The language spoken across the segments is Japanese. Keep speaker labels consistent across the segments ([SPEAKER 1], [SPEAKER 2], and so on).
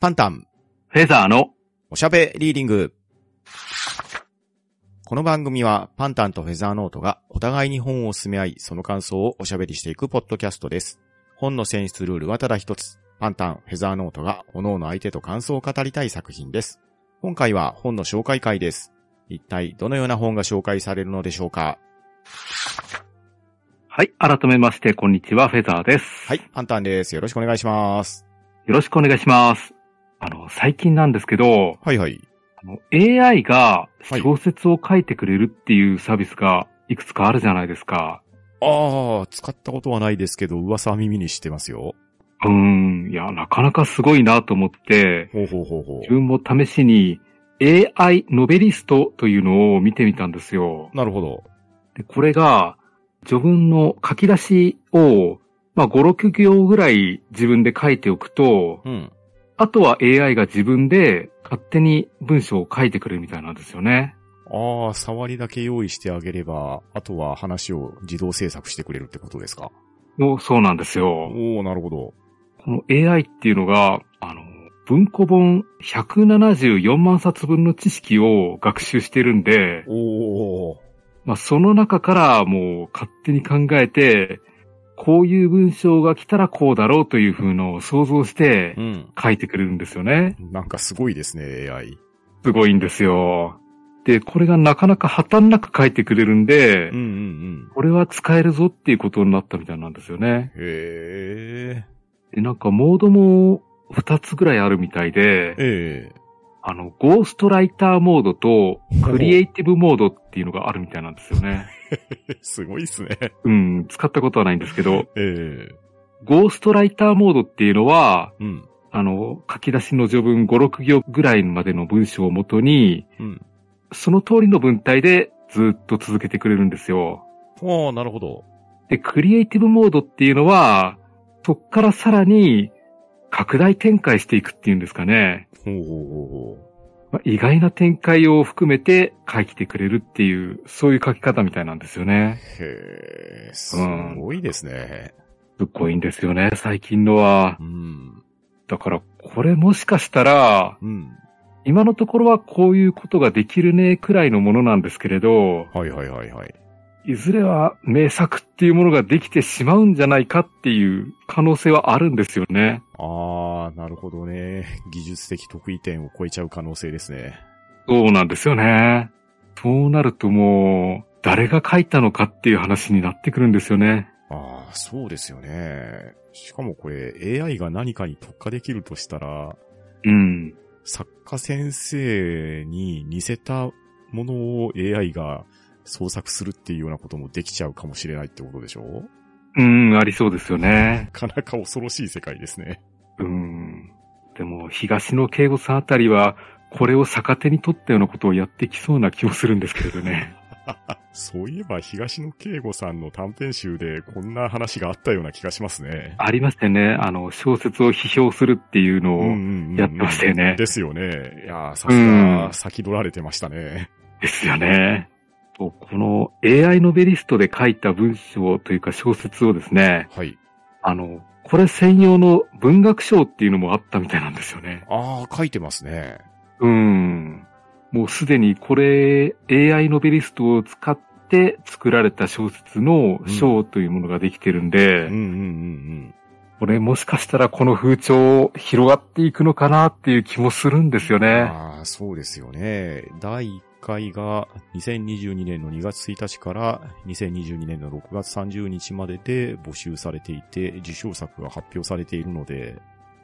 [SPEAKER 1] パンタン、
[SPEAKER 2] フェザーの、
[SPEAKER 1] おしゃべリーディング。この番組は、パンタンとフェザーノートがお互いに本を進め合い、その感想をおしゃべりしていくポッドキャストです。本の選出ルールはただ一つ。パンタン、フェザーノートが、各々相手と感想を語りたい作品です。今回は本の紹介会です。一体どのような本が紹介されるのでしょうか
[SPEAKER 2] はい、改めまして、こんにちは、フェザーです。
[SPEAKER 1] はい、パンタンです。よろしくお願いします。
[SPEAKER 2] よろしくお願いします。あの、最近なんですけど、
[SPEAKER 1] はいはい。
[SPEAKER 2] あの AI が
[SPEAKER 1] はい
[SPEAKER 2] 小説を書いてくれるっていうサービスがいくつかあるじゃないですか。
[SPEAKER 1] ああ、使ったことはないですけど、噂は耳にしてますよ。
[SPEAKER 2] うーん、いや、なかなかすごいなと思って、
[SPEAKER 1] ほうほうほうほう。
[SPEAKER 2] 自分も試しに AI ノベリストというのを見てみたんですよ。
[SPEAKER 1] なるほど。
[SPEAKER 2] でこれが、序文の書き出しを、まあ、5、6行ぐらい自分で書いておくと、
[SPEAKER 1] うん。
[SPEAKER 2] あとは AI が自分で勝手に文章を書いてくれるみたいなんですよね。
[SPEAKER 1] ああ、触りだけ用意してあげれば、あとは話を自動制作してくれるってことですか。
[SPEAKER 2] のそうなんですよ。
[SPEAKER 1] おおなるほど。
[SPEAKER 2] この AI っていうのが、あの、文庫本174万冊分の知識を学習してるんで、
[SPEAKER 1] おお
[SPEAKER 2] まあ、その中からもう勝手に考えて、こういう文章が来たらこうだろうという風のを想像して
[SPEAKER 1] うん。
[SPEAKER 2] 書いてくれるんですよね。
[SPEAKER 1] なんかすごいですね、AI。
[SPEAKER 2] すごいんですよ。で、これがなかなか破綻なく書いてくれるんで、
[SPEAKER 1] うんうん
[SPEAKER 2] これは使えるぞっていうことになったみたいなんですよね。
[SPEAKER 1] うん。へ
[SPEAKER 2] で、なんかモードも2つぐらいあるみたい
[SPEAKER 1] え。
[SPEAKER 2] で、
[SPEAKER 1] ええ。
[SPEAKER 2] あの、ゴーストライターモードとクリエ
[SPEAKER 1] イ
[SPEAKER 2] イティブモードっていうのがあるみたいなんです よね。
[SPEAKER 1] すごいですね。
[SPEAKER 2] うん、使ったことはないんですけど、
[SPEAKER 1] ええ。
[SPEAKER 2] ゴーストライターモードっていうのは、
[SPEAKER 1] うん。
[SPEAKER 2] あの、書き出しの序文5、6行ぐらいまでの文章をもとに、
[SPEAKER 1] うん。
[SPEAKER 2] その通りの文体でずっと続けてくれるんですよ。
[SPEAKER 1] ああ、なるほど。
[SPEAKER 2] で、クリエイティブモードっていうのは、そっからさらに拡大展開していくっていうんですかね。
[SPEAKER 1] ほうほうほ
[SPEAKER 2] まあ意外な展開を含めて書いてくれるっていう、そういう書き方みたいなんですよね。
[SPEAKER 1] うほう。へえ、すごいですね。
[SPEAKER 2] すっごいんですよね、最近のは
[SPEAKER 1] う。ん。
[SPEAKER 2] だから、これもしかしたら、
[SPEAKER 1] うん。
[SPEAKER 2] 今のところはこういうことができるね、くらいのものなんですけれど、
[SPEAKER 1] はいはいはいはい。
[SPEAKER 2] いずれは名作っていうものができてしまうんじゃないかっていう可能性はあるんですよね。
[SPEAKER 1] ああ、なるほどね。技術的得意点を超えちゃう可能性ですね。
[SPEAKER 2] そうなんですよね。そうなるともう、誰が書いたのかっていう話になってくるんですよね。
[SPEAKER 1] ああ、そうですよね。しかもこれ AI が何かに特化できるとしたら、
[SPEAKER 2] うん。
[SPEAKER 1] 作家先生に似せたものを AI が創作するっていうようなこともできちゃうかもしれないってことでしょう
[SPEAKER 2] うん、ありそうですよね
[SPEAKER 1] な。かなか恐ろしい世界ですね。
[SPEAKER 2] うん。でも、東野圭吾さんあたりは、これを逆手に取ったようなことをやってきそうな気もするんですけれどね。
[SPEAKER 1] そういえば東野圭吾さんの短編集でこんな話があったような気がしますね。
[SPEAKER 2] ありましてね、あの、小説を批評するっていうのを、
[SPEAKER 1] や
[SPEAKER 2] やってましたよね
[SPEAKER 1] ですよね。いやーさす
[SPEAKER 2] う
[SPEAKER 1] が、
[SPEAKER 2] ん
[SPEAKER 1] 先取られてましたね。
[SPEAKER 2] ですよね。この AI ノベリストで書いた文章というか小説をですね、
[SPEAKER 1] はい。
[SPEAKER 2] あの、これ専用の文学賞っていうのもあったみたいなんですよね。
[SPEAKER 1] ああ、書いてますね。
[SPEAKER 2] うん。もうすでにこれ AI ノベリストを使って作られた小説の賞というものができてるん
[SPEAKER 1] うん
[SPEAKER 2] で、
[SPEAKER 1] うんうん
[SPEAKER 2] これもしかしたらこの風潮広がっていくのかなっていう気もするんですよ
[SPEAKER 1] うん。
[SPEAKER 2] ね。
[SPEAKER 1] ああ、そうですよね。第1回が2022年の2月1日から2022年の6月30日までで募集されていて、受賞作が発表されているので、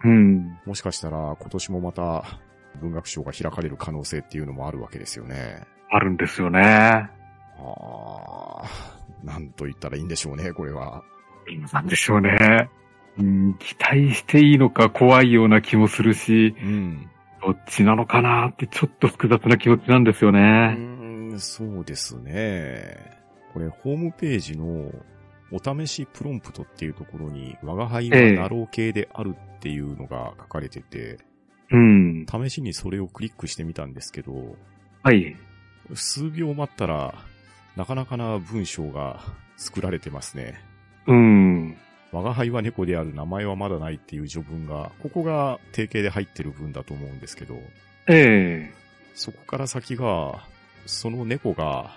[SPEAKER 2] うん。
[SPEAKER 1] もしかしたら今年もまた文学賞が開かれる可能性っていうのもあるわけですよね。
[SPEAKER 2] あるんですよね。
[SPEAKER 1] ああ、なんと言ったらいいんでしょうね、これは。
[SPEAKER 2] なんでしょうね。うん、期待していいのか怖いような気もするし、
[SPEAKER 1] うん。
[SPEAKER 2] どっちなのかなってちょっと複雑な気持ちなんですよ
[SPEAKER 1] う
[SPEAKER 2] ね。
[SPEAKER 1] ーん、そうですね。これ、ホームページのお試しプロンプトっていうところに、我が輩は
[SPEAKER 2] ええ
[SPEAKER 1] ナロー系であるっていうのが書かれてて、
[SPEAKER 2] うん。
[SPEAKER 1] 試しにそれをクリックしてみたんですけど、
[SPEAKER 2] はい。
[SPEAKER 1] 数秒待ったら、なかなかな文章が作られてますね。
[SPEAKER 2] うん。
[SPEAKER 1] 我が輩は猫である名前はまだないっていう序文が、ここが定型で入ってる文だと思うんですけど、
[SPEAKER 2] ええ
[SPEAKER 1] そこから先が、その猫が、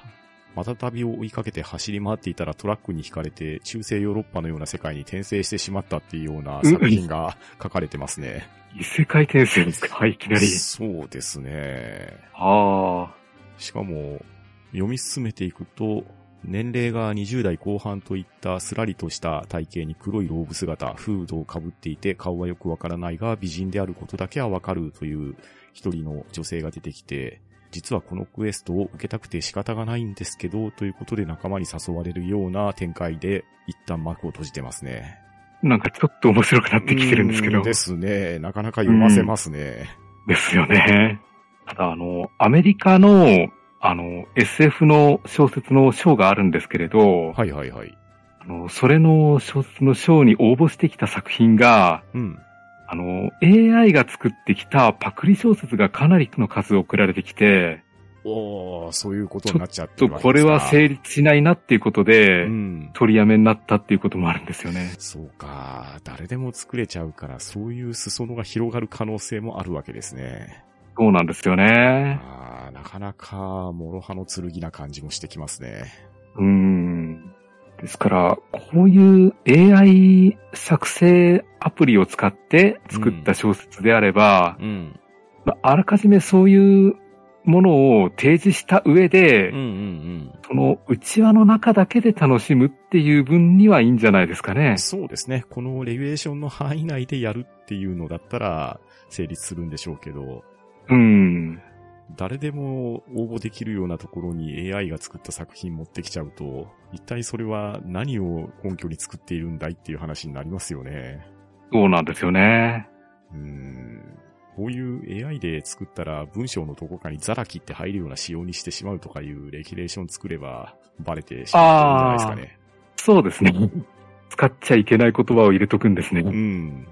[SPEAKER 1] また旅を追いかけて走り回っていたらトラックに引かれて中世ヨーロッパのような世界に転生してしまったっていうような作品が書かれてますね。
[SPEAKER 2] 異世界転生ですかはい、いきなり。
[SPEAKER 1] そうですね。
[SPEAKER 2] ああ。
[SPEAKER 1] しかも、読み進めていくと、年齢が20代後半といったすらりとした体型に黒いローブ姿、フードをかぶっていて顔はよくわからないが美人であることだけはわかるという一人の女性が出てきて、実はこのクエストを受けたくて仕方がないんですけど、ということで仲間に誘われるような展開で一旦幕を閉じてますね。
[SPEAKER 2] なんかちょっと面白くなってきてるんですけ
[SPEAKER 1] う
[SPEAKER 2] ど。
[SPEAKER 1] で
[SPEAKER 2] です
[SPEAKER 1] ね。なかなか読ませますね。
[SPEAKER 2] すよね。ただ、あの、アメリカの、あの、SF の小説の賞があるんですけれど、
[SPEAKER 1] はいはいはい。
[SPEAKER 2] あの、それの小説の賞に応募してきた作品が、
[SPEAKER 1] うん。
[SPEAKER 2] あの、AI が作ってきたパクリ小説がかなりの数送られてきて、
[SPEAKER 1] おー、そういうことになっちゃって
[SPEAKER 2] と
[SPEAKER 1] るわけ
[SPEAKER 2] こ
[SPEAKER 1] で
[SPEAKER 2] れ
[SPEAKER 1] すか
[SPEAKER 2] は成立しないなっていうこと
[SPEAKER 1] う
[SPEAKER 2] で、
[SPEAKER 1] ん。
[SPEAKER 2] 取りやめになったっていうこともあるんですよね。
[SPEAKER 1] そうか。誰でも作れちゃうから、そういう裾野が広がる可能性もあるわけですね。
[SPEAKER 2] そうなんですよね。
[SPEAKER 1] あーなかなか、諸刃の剣な感じもしてきますね。
[SPEAKER 2] うーん。ですから、こういう AI 作成アプリを使って作った小説であれば、
[SPEAKER 1] うん。
[SPEAKER 2] まああらかじめそういうものを提示した上で、
[SPEAKER 1] うんうん
[SPEAKER 2] その内輪の中だけで楽しむっていう分にはいいんじゃないですか
[SPEAKER 1] う
[SPEAKER 2] ね
[SPEAKER 1] ん。。そうですね。このレギュレーションの範囲内でやるっていうのだったら、成立するんでしょうけど、
[SPEAKER 2] うん。
[SPEAKER 1] 誰でも応募できるようなところに AI が作った作品持ってきちゃうと、一体それは何を根拠に作っているんだいっていう話になりますよね。
[SPEAKER 2] そうなんですよね。
[SPEAKER 1] うーんこういう AI で作ったら文章のどこかにザラキって入るような仕様にしてしまうとかいうレギュレーション作ればバレてしまうじゃないですかね。
[SPEAKER 2] そうですね。 使っちゃいけない言葉を入れとくんです
[SPEAKER 1] う
[SPEAKER 2] ね。
[SPEAKER 1] ん。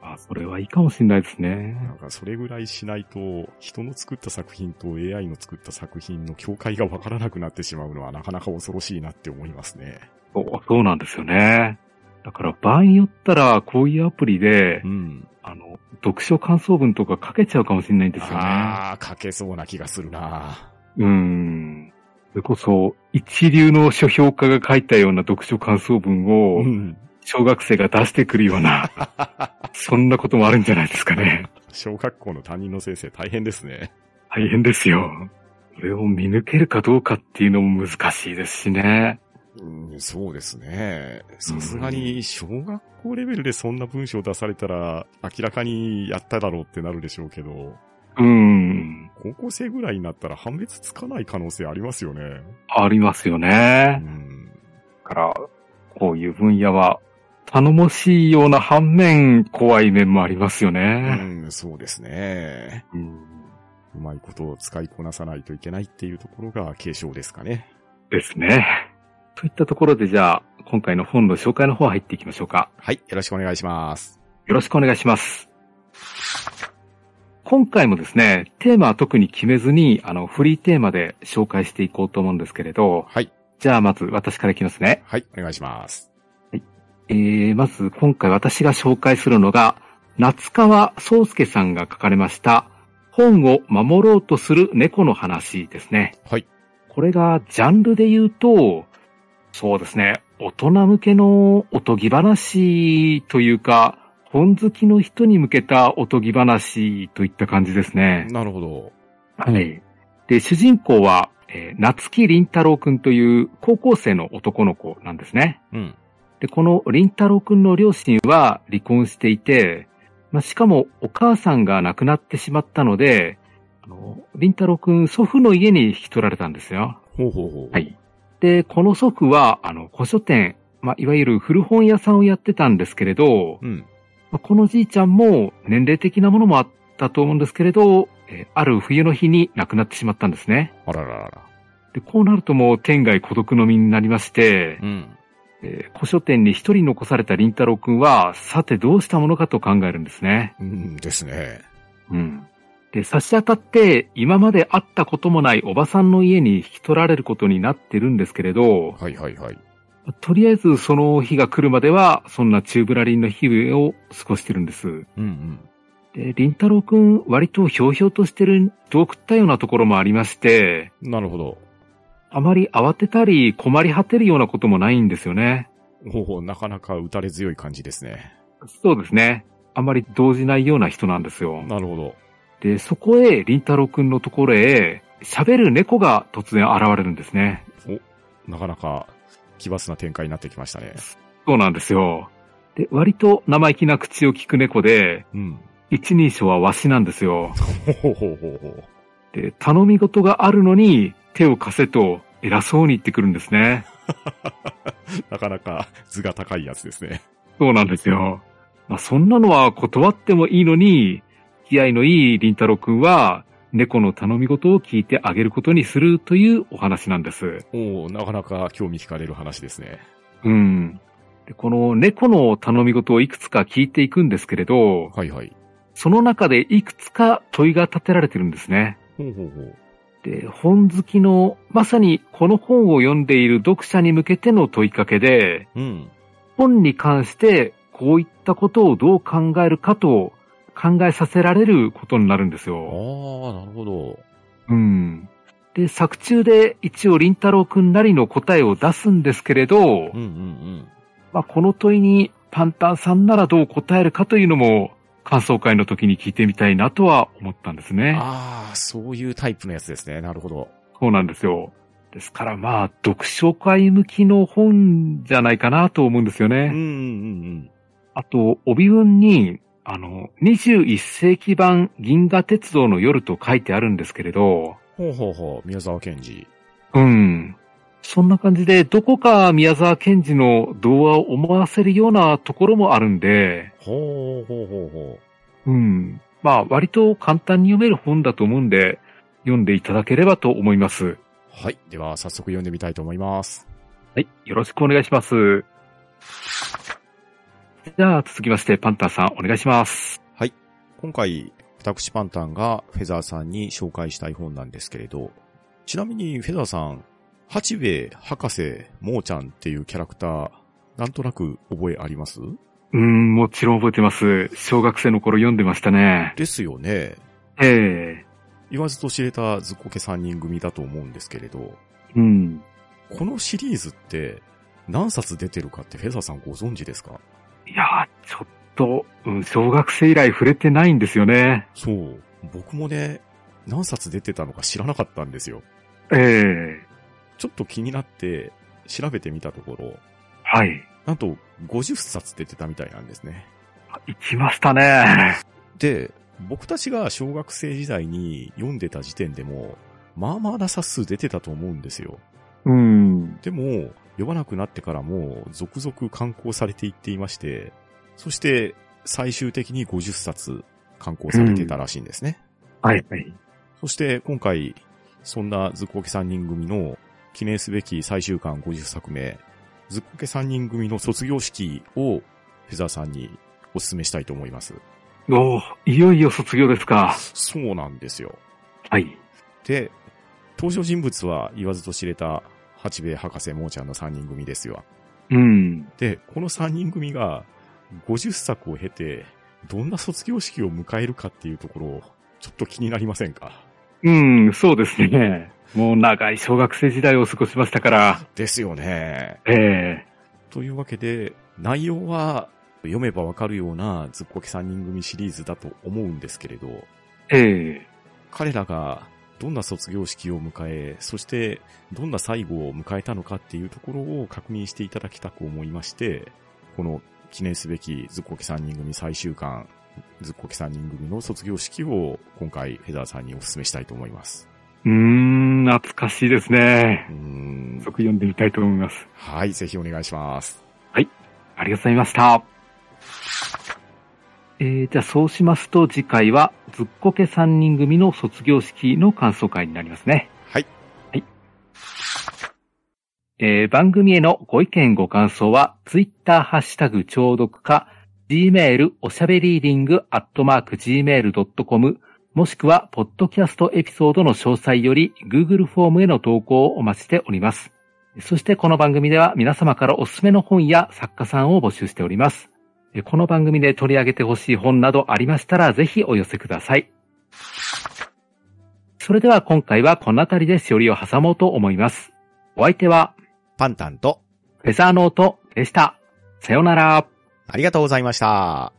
[SPEAKER 2] あ、それはいいかもしれないですね。
[SPEAKER 1] なんかそれぐらいしないと人の作った作品と AI の作った作品の境界がわからなくなってしまうのはなかなか恐ろしいなって思いますね。
[SPEAKER 2] そうそうなんですよね。だから場合によったら、こういうアプリで、
[SPEAKER 1] うん。
[SPEAKER 2] あの、読書感想文とか書けちゃうかもしれないんですよね。
[SPEAKER 1] ああ、書けそうな気がするな。
[SPEAKER 2] うん。それこそ、一流の書評家が書いたような読書感想文を、
[SPEAKER 1] ん。
[SPEAKER 2] 小学生が出してくるような、そんなこともあるんじゃないですかね。
[SPEAKER 1] 小学校の担任の先生大変ですね。
[SPEAKER 2] 大変ですよ。それを見抜けるかどうかっていうのも難しいですしね。
[SPEAKER 1] うん、そうですね。さすがに、小学校レベルでそんな文章出されたら、明らかにやっただろうってなるでしょうけど、
[SPEAKER 2] うん。
[SPEAKER 1] 高校生ぐらいになったら判別つかない可能性ありますよね。
[SPEAKER 2] ありますよ
[SPEAKER 1] う
[SPEAKER 2] ね。
[SPEAKER 1] ん。
[SPEAKER 2] だから、こういう分野は、頼もしいような反面、怖い面もありますよね。
[SPEAKER 1] うん、そうですね。
[SPEAKER 2] うん、
[SPEAKER 1] うまいことを使いこなさないといけないっていうところが継承ですかね。
[SPEAKER 2] ですね。といったところで、じゃあ、今回の本の紹介の方入っていきましょうか。
[SPEAKER 1] はい、よろしくお願いします。
[SPEAKER 2] よろしくお願いします。今回もですね、テーマは特に決めずに、あの、フリーテーマで紹介していこうと思うんですけれど、
[SPEAKER 1] はい、
[SPEAKER 2] じゃあまず私からいきますね。
[SPEAKER 1] はい、お願いします。
[SPEAKER 2] えー、まず今回私が紹介するのが、夏川宗介さんが書かれました、本を守ろうとする猫の話ですね。
[SPEAKER 1] はい。
[SPEAKER 2] これがジャンルで言うと、そうですね、大人向けのおとぎ話というか、本好きの人に向けたおとぎ話といった感じですね。
[SPEAKER 1] なるほど。
[SPEAKER 2] はい。で、主人公は、えー夏木凛太郎くんという高校生の男の子なんですね。
[SPEAKER 1] うん。
[SPEAKER 2] で、この凛太郎くんの両親は離婚していて、まあ、しかもお母さんが亡くなってしまったので、あの、凛太郎くん祖父の家に引き取られたんですよ。
[SPEAKER 1] ほうほうほう。
[SPEAKER 2] はい。で、この祖父は、あの、古書店、まあ、いわゆる古本屋さんをやってたんですけれど、
[SPEAKER 1] うん。
[SPEAKER 2] まあこのじいちゃんも年齢的なものもあったと思うんですけれど、えーある冬の日に亡くなってしまったんですね。
[SPEAKER 1] あらららら。
[SPEAKER 2] で、こうなるともう天涯孤独の身になりまして、
[SPEAKER 1] うん。
[SPEAKER 2] えー古書店に一人残された林太郎くんは、さてどうしたものかと考えるんですね。
[SPEAKER 1] うんですね。
[SPEAKER 2] うん。で、差し当たって、今まで会ったこともないおばさんの家に引き取られることになってるんですけれど、
[SPEAKER 1] はいはいはい。
[SPEAKER 2] とりあえずその日が来るまでは、そんなチューブラリンの日々を過ごしてるんです。
[SPEAKER 1] うんうん。
[SPEAKER 2] で、りんたろうくん、割とひょうひょうとしてる、どう食ったようなところもありまして、
[SPEAKER 1] なるほど。
[SPEAKER 2] あまり慌てたり困り果てるようなこともないんですよね。
[SPEAKER 1] ほうほう、なかなか打たれ強い感じですね。
[SPEAKER 2] そうですね。あまり動じないような人なんですよ。
[SPEAKER 1] なるほど。
[SPEAKER 2] で、そこへ、りんたろうくんのところへ、喋る猫が突然現れるんですね。
[SPEAKER 1] なかなか奇抜な展開になってきましたね。
[SPEAKER 2] そうなんですよ。で、割と生意気な口を聞く猫で、
[SPEAKER 1] うん。
[SPEAKER 2] 一人称はわしなんですよ。
[SPEAKER 1] ほうほうほうほう。
[SPEAKER 2] で、頼み事があるのに、手を貸せと、偉そうに言ってくるんですね。
[SPEAKER 1] なかなか図が高いやつですね。
[SPEAKER 2] そうなんですよ。まあ、そんなのは断ってもいいのに、気合のいいりんたろうくんは、猫の頼み事を聞いてあげることにするというお話なんです。
[SPEAKER 1] おおなかなか興味惹かれる話ですね。
[SPEAKER 2] うん。でこの猫の頼み事をいくつか聞いていくんですけれど、
[SPEAKER 1] はいはい。
[SPEAKER 2] その中でいくつか問いが立てられてるんですね。
[SPEAKER 1] ほうほうほう。
[SPEAKER 2] で、本好きの、まさにこの本を読んでいる読者に向けての問いかけで、
[SPEAKER 1] うん。
[SPEAKER 2] 本に関してこういったことをどう考えるかと考えさせられることになるんです
[SPEAKER 1] ああ
[SPEAKER 2] よ。、
[SPEAKER 1] なるほど。
[SPEAKER 2] うん。で、作中で一応林太郎くんなりの答えを出すんですけれど
[SPEAKER 1] うんう、ん
[SPEAKER 2] まあ、この問いにパンタンさんならどう答えるかというのも感想会の時に聞いてみたいなとは思ったんです
[SPEAKER 1] うん。
[SPEAKER 2] ね。
[SPEAKER 1] ああ、そういうタイプのやつですね。なるほど。
[SPEAKER 2] そうなんですよ。ですからまあ、読書会向きの本じゃないかなと思うんですよね。
[SPEAKER 1] うんうん
[SPEAKER 2] あと、帯文に、あの、21世紀版銀河鉄道の夜と書いてあるんですけれど、
[SPEAKER 1] うんうん。ほうほうほう、宮沢賢治。
[SPEAKER 2] うん。そんな感じで、どこか宮沢賢治の童話を思わせるようなところもあるんで、
[SPEAKER 1] ほうほうほうほ
[SPEAKER 2] うん。まあ、割と簡単に読める本だと思うんで、読んでいただければと思います。
[SPEAKER 1] う。はい。では、早速読んでみたいと思います。
[SPEAKER 2] はい。よろしくお願いします。じゃあ、続きまして、パンタンさん、お願いします。
[SPEAKER 1] 今回、私パンタンがフェザーさんに紹介したい本なんですけれど、ちなみにフェザーさん、八兵衛博士、モーちゃんっていうキャラクター、なんとなく覚えあります
[SPEAKER 2] うん、もちろん覚えてます。小学生の頃読んでましたね。
[SPEAKER 1] ですよね。
[SPEAKER 2] ええ
[SPEAKER 1] 言わずと知れたずっこけ三人組だと思うんですけれど、
[SPEAKER 2] うん。
[SPEAKER 1] このシリーズって何冊出てるかってフェザーさんご存知ですか
[SPEAKER 2] いやー、ちょっと、うん、小学生以来触れてないんですよね。
[SPEAKER 1] そう。僕もね、何冊出てたのか知らなかったんですよ。
[SPEAKER 2] ええ
[SPEAKER 1] ちょっと気になって調べてみたところ、
[SPEAKER 2] はい。
[SPEAKER 1] なんと50冊出てたみたいなんですね。
[SPEAKER 2] あ行きましたね。
[SPEAKER 1] で、僕たちが小学生時代に読んでた時点でも、まあまあな冊数出てたと思うんですよ。
[SPEAKER 2] うん。
[SPEAKER 1] でも、読まなくなってからも、続々刊行されていっていまして、そして、最終的に50冊刊行されてたらしいんですね。
[SPEAKER 2] はい、はい。
[SPEAKER 1] そして、今回、そんなズッコケ3人組の記念すべき最終巻50作目、ズッコケ3人組の卒業式を、フェザーさんにお勧めしたいと思います。
[SPEAKER 2] おーいよいよ卒業ですか。
[SPEAKER 1] そうなんですよ。
[SPEAKER 2] はい。
[SPEAKER 1] で、登場人物は言わずと知れた八兵衛博士もーちゃんの3人組ですよ。
[SPEAKER 2] うん。
[SPEAKER 1] で、この3人組が50作を経て、どんな卒業式を迎えるかっていうところ、ちょっと気になりませんか
[SPEAKER 2] うん、そうですね。もう長い小学生時代を過ごしましたから。
[SPEAKER 1] ですよね。
[SPEAKER 2] ええ
[SPEAKER 1] というわけで、内容は読めばわかるようなずっこけ3人組シリーズだと思うんですけれど、
[SPEAKER 2] ええ
[SPEAKER 1] 彼らがどんな卒業式を迎え、そしてどんな最後を迎えたのかっていうところを確認していただきたく思いまして、この記念すべきズッコケ3人組最終巻、ズッコケ3人組の卒業式を今回フェザーさんにお勧めしたいと思います。
[SPEAKER 2] うーん、懐かしいですね
[SPEAKER 1] う。ーん
[SPEAKER 2] 早。速読んでみたいと思います。
[SPEAKER 1] はい、ぜひお願いします。
[SPEAKER 2] ありがとうございました。えー、じゃあそうしますと次回はずっこけ3人組の卒業式の感想会になりますね。
[SPEAKER 1] はい。
[SPEAKER 2] はい。えー、番組へのご意見ご感想は Twitter ハッシュタグ聴読か gmail おしゃべりーディングアットマーク gmail.com もしくは、ポッドキャストエピソードの詳細より Google フォームへの投稿をお待ちしております。そしてこの番組では皆様からおすすめの本や作家さんを募集しております。えこの番組で取り上げてほしい本などありましたらぜひお寄せください。それでは今回はこの辺りでしおりを挟もうと思います。お相手は
[SPEAKER 1] パンタンと、
[SPEAKER 2] フェザーノートでした。さようなら。
[SPEAKER 1] ありがとうございました。